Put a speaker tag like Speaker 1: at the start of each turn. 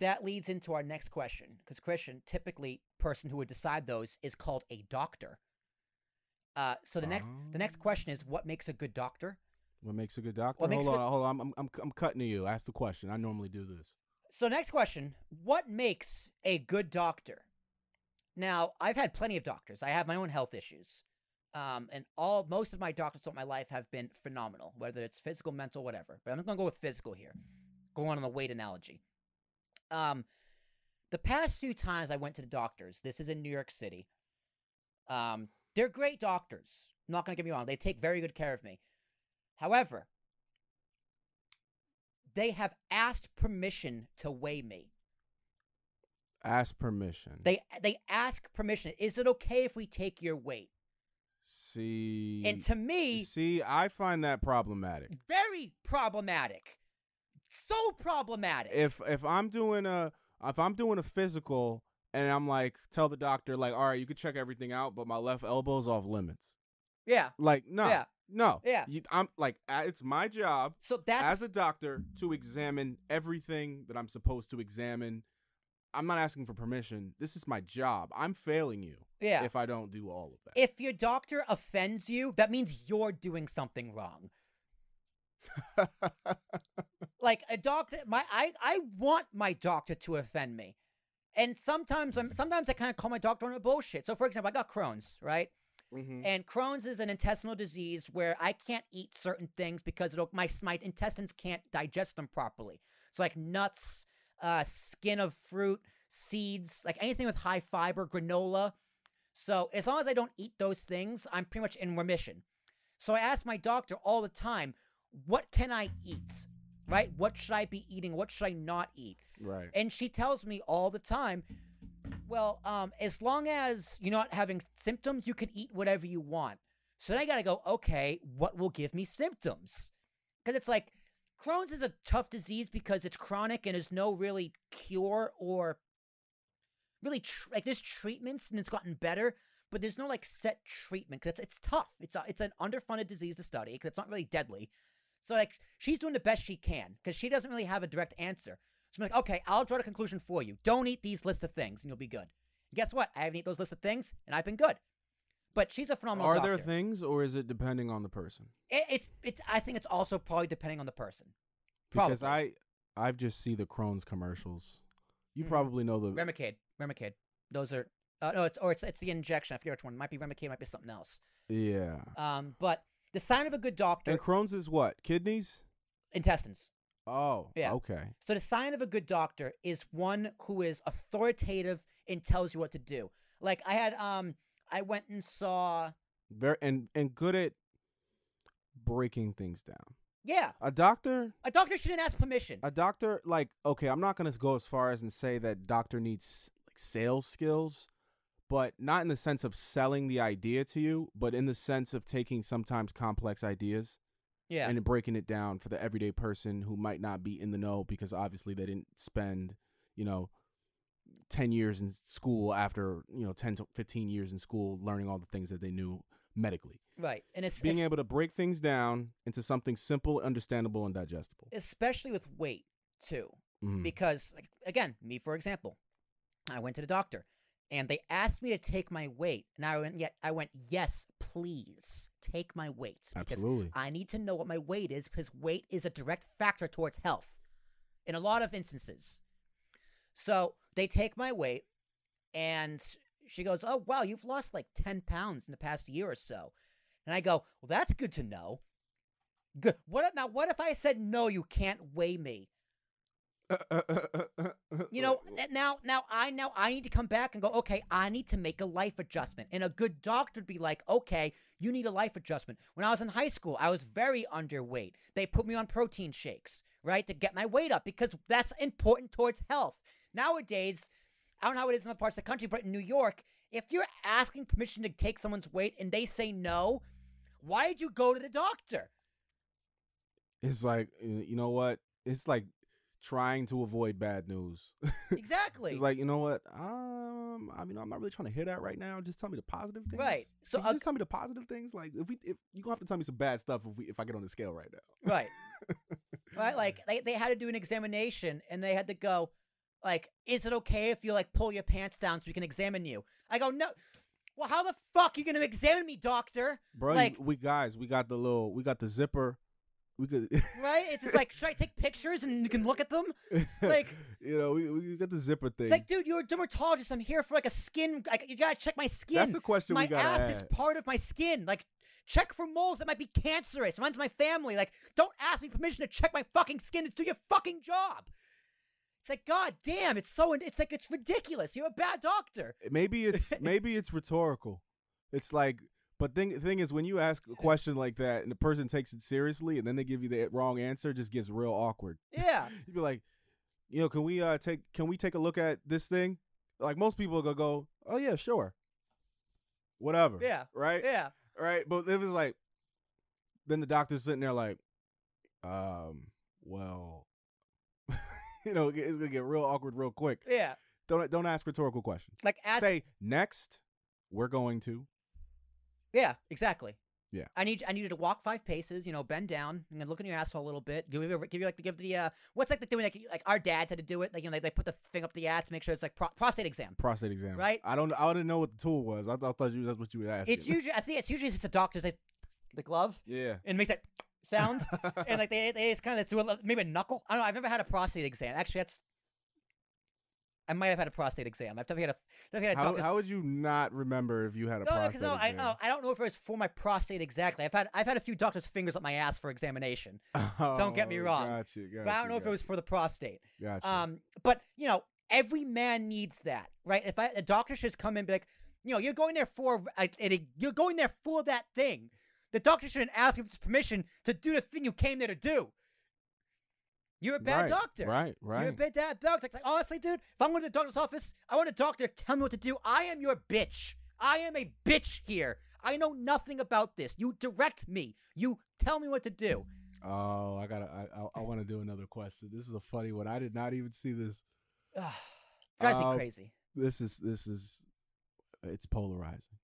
Speaker 1: that leads into our next question because Christian, typically, person who would decide those is called a doctor. Uh, so the next the next question is what makes a good doctor?
Speaker 2: What makes a good doctor?
Speaker 1: What makes
Speaker 2: hold
Speaker 1: good-
Speaker 2: on, hold on. I'm, I'm, I'm cutting to you. Ask the question. I normally do this.
Speaker 1: So next question, what makes a good doctor? Now, I've had plenty of doctors. I have my own health issues. Um, and all most of my doctors throughout my life have been phenomenal, whether it's physical, mental, whatever. But I'm gonna go with physical here. Going on the weight analogy. Um, the past few times I went to the doctors, this is in New York City. Um, they're great doctors. Not gonna get me wrong, they take very good care of me. However, they have asked permission to weigh me.
Speaker 2: Ask permission.
Speaker 1: They they ask permission. Is it okay if we take your weight?
Speaker 2: see.
Speaker 1: And to me,
Speaker 2: see, I find that problematic.
Speaker 1: very problematic. So problematic.
Speaker 2: If if I'm doing a if I'm doing a physical and I'm like tell the doctor like all right you can check everything out but my left elbow's off limits
Speaker 1: yeah.
Speaker 2: like no
Speaker 1: Yeah.
Speaker 2: no
Speaker 1: Yeah.
Speaker 2: You- I'm like uh, it's my job
Speaker 1: So that's
Speaker 2: as a doctor to examine everything that I'm supposed to examine. I'm not asking for permission. This is my job. I'm failing you
Speaker 1: Yeah.
Speaker 2: if I don't do all of that.
Speaker 1: if your doctor offends you, that means you're doing something wrong. like a doctor my I, I want my doctor to offend me. And sometimes
Speaker 2: Mm-hmm.
Speaker 1: I'm sometimes I kind of call my doctor on her bullshit. So for example, I got Crohn's, right?
Speaker 2: Mm-hmm.
Speaker 1: And Crohn's is an intestinal disease where I can't eat certain things because it'll, my my intestines can't digest them properly. So like nuts, uh, skin of fruit, seeds, like anything with high fiber, granola. So as long as I don't eat those things, I'm pretty much in remission. So I ask my doctor all the time, what can I eat? Right? What should I be eating? What should I not eat?
Speaker 2: right.
Speaker 1: And she tells me all the time, well, um, as long as you're not having symptoms, you can eat whatever you want. So then I got to go, okay, what will give me symptoms? Because it's like Crohn's is a tough disease because it's chronic and there's no really cure or really tr- like there's treatments and it's gotten better, but there's no like set treatment because it's, it's tough. It's a, it's an underfunded disease to study because it's not really deadly. So like she's doing the best she can because she doesn't really have a direct answer. So I'm like, okay, I'll draw the conclusion for you. Don't eat these list of things and you'll be good. guess what? I haven't eaten those list of things and I've been good. But she's a phenomenal
Speaker 2: Are
Speaker 1: doctor.
Speaker 2: there things, or is it depending on the person?
Speaker 1: It, it's it's. I think it's also probably depending on the person.
Speaker 2: Because
Speaker 1: Probably.
Speaker 2: I I've just see the Crohn's commercials. You
Speaker 1: Mhm.
Speaker 2: probably know the
Speaker 1: Remicade, Remicade. Those are. Uh, no, it's or it's it's the injection. I forget which one. It might be Remicade. Might be something else.
Speaker 2: yeah.
Speaker 1: Um, but the sign of a good doctor,
Speaker 2: And Crohn's is what kidneys?
Speaker 1: intestines.
Speaker 2: Oh,
Speaker 1: Yeah.
Speaker 2: Okay.
Speaker 1: So the sign of a good doctor is one who is authoritative and tells you what to do. Like I had, um, I went and saw.
Speaker 2: Very and and good at breaking things down.
Speaker 1: Yeah,
Speaker 2: A doctor
Speaker 1: a doctor shouldn't ask permission.
Speaker 2: a doctor like okay i'm not gonna go as far as and say that doctor needs like sales skills but not in the sense of selling the idea to you but in the sense of taking sometimes complex ideas
Speaker 1: yeah,
Speaker 2: and breaking it down for the everyday person who might not be in the know because obviously they didn't spend you know 10 years in school after you know 10 to 15 years in school learning all the things that they knew medically
Speaker 1: right. And it's
Speaker 2: being
Speaker 1: it's-
Speaker 2: able to break things down into something simple understandable and digestible
Speaker 1: especially with weight too
Speaker 2: Mhm.
Speaker 1: because like, again me for example i went to the doctor and they asked me to take my weight and i went yet i went yes please take my weight because
Speaker 2: Absolutely.
Speaker 1: i need to know what my weight is because weight is a direct factor towards health in a lot of instances so they take my weight and she goes oh wow you've lost like 10 pounds in the past year or so and i go well that's good to know Good. What if, now? What if I said no? You can't weigh me. You know. that- Now, now I now I need to come back and go. Okay, I need to make a life adjustment. And a good doctor would be like, okay, you need a life adjustment. When I was in high school, I was very underweight. They put me on protein shakes, right, to get my weight up because that's important towards health. Nowadays, I don't know how it is in other parts of the country, but in New York, if you're asking permission to take someone's weight and they say no, why did you go to the doctor?
Speaker 2: It's like y- you know what? It's like trying to avoid bad news.
Speaker 1: Exactly.
Speaker 2: it's like you know what? Um, I mean, I'm not really trying to hear that right now. Just tell me the positive things.
Speaker 1: Right. So uh,
Speaker 2: So you
Speaker 1: a-
Speaker 2: just tell me the positive things. Like if we, if you gonna have to tell me some bad stuff if we, if I get on the scale right now.
Speaker 1: Right. right. Like they, they had to do an examination and they had to go, Like, is it okay if you like pull your pants down so we can examine you? I go, no. Well, how the fuck are you gonna examine me, doctor?
Speaker 2: bro. you-
Speaker 1: like-
Speaker 2: we guys, we got the little, we got the zipper. We could,
Speaker 1: Right? It's just like, should I take pictures and you can look at them? Like-
Speaker 2: you know, we, we got the zipper thing.
Speaker 1: It's like, dude, you're a dermatologist. I'm here for like a skin. Like, you gotta check my skin.
Speaker 2: That's a question
Speaker 1: my
Speaker 2: we gotta
Speaker 1: ass is
Speaker 2: ask.
Speaker 1: part of my skin. Like, check for moles that might be cancerous. It runs my family. Like, don't ask me permission to check my fucking skin. It's do your fucking job. It's like, god damn, it's so. It's like it's ridiculous. You're a bad doctor.
Speaker 2: maybe it's maybe it's rhetorical. It's like, but thing thing is, when you ask a question like that and the person takes it seriously, and then they give you the wrong answer, it just gets real awkward.
Speaker 1: Yeah.
Speaker 2: You'd be like, you know, can we uh take can we take a look at this thing? Like most people are gonna go, oh yeah, sure, whatever.
Speaker 1: Yeah.
Speaker 2: Right.
Speaker 1: Yeah.
Speaker 2: Right. But if it's like, then the doctor's sitting there like, um, well, you know, it's gonna get real awkward real quick.
Speaker 1: Yeah.
Speaker 2: Don't don't ask rhetorical questions.
Speaker 1: Like, ask.
Speaker 2: Say next, we're going to.
Speaker 1: Yeah, exactly.
Speaker 2: Yeah.
Speaker 1: I need I need you to walk five paces, you know, bend down and then look in your asshole a little bit. Give you give you like give the uh what's like the doing like like our dads had to do it like you know they, they put the thing up the ass to make sure it's like pro- prostate exam.
Speaker 2: Prostate exam.
Speaker 1: Right.
Speaker 2: I don't. I didn't know what the tool was. I, thought- I thought you that's what you were asking.
Speaker 1: It's usually I think it's usually just a doctor's like the glove
Speaker 2: Yeah.
Speaker 1: and it makes that sound and like they they just kind of do a, li- maybe a knuckle. I don't know. I've never had a prostate exam. Actually, that's I might have had a prostate exam. I've definitely had a definitely had a
Speaker 2: How,
Speaker 1: doctor's
Speaker 2: how would you not remember if you had a
Speaker 1: No,
Speaker 2: prostate
Speaker 1: because no, I
Speaker 2: exam?
Speaker 1: no, I don't know if it was for my prostate exactly. I've had I've had a few doctors' fingers up my ass for examination. Don't get me
Speaker 2: Oh,
Speaker 1: wrong.
Speaker 2: Gotcha, gotcha,
Speaker 1: but I don't know if it was for the prostate.
Speaker 2: Gotcha.
Speaker 1: Um, but you know, every man needs that, right? If I, a doctor should come in, and be like, you know, you're going there for, uh, it, you're going there for that thing. The doctor shouldn't ask you for permission to do the thing you came there to do. You're a bad
Speaker 2: Right,
Speaker 1: doctor.
Speaker 2: Right, right.
Speaker 1: You're a bad dad doctor. It's Like honestly, dude, if I'm going to the doctor's office, I want a doctor to tell me what to do. I am your bitch. I am a bitch here. I know nothing about this. You direct me. You tell me what to do.
Speaker 2: Oh, I gotta. I, I, I want to do another question. This is a funny one. I did not even see this.
Speaker 1: Ugh, drives
Speaker 2: Um,
Speaker 1: me crazy.
Speaker 2: This is this is. It's polarizing.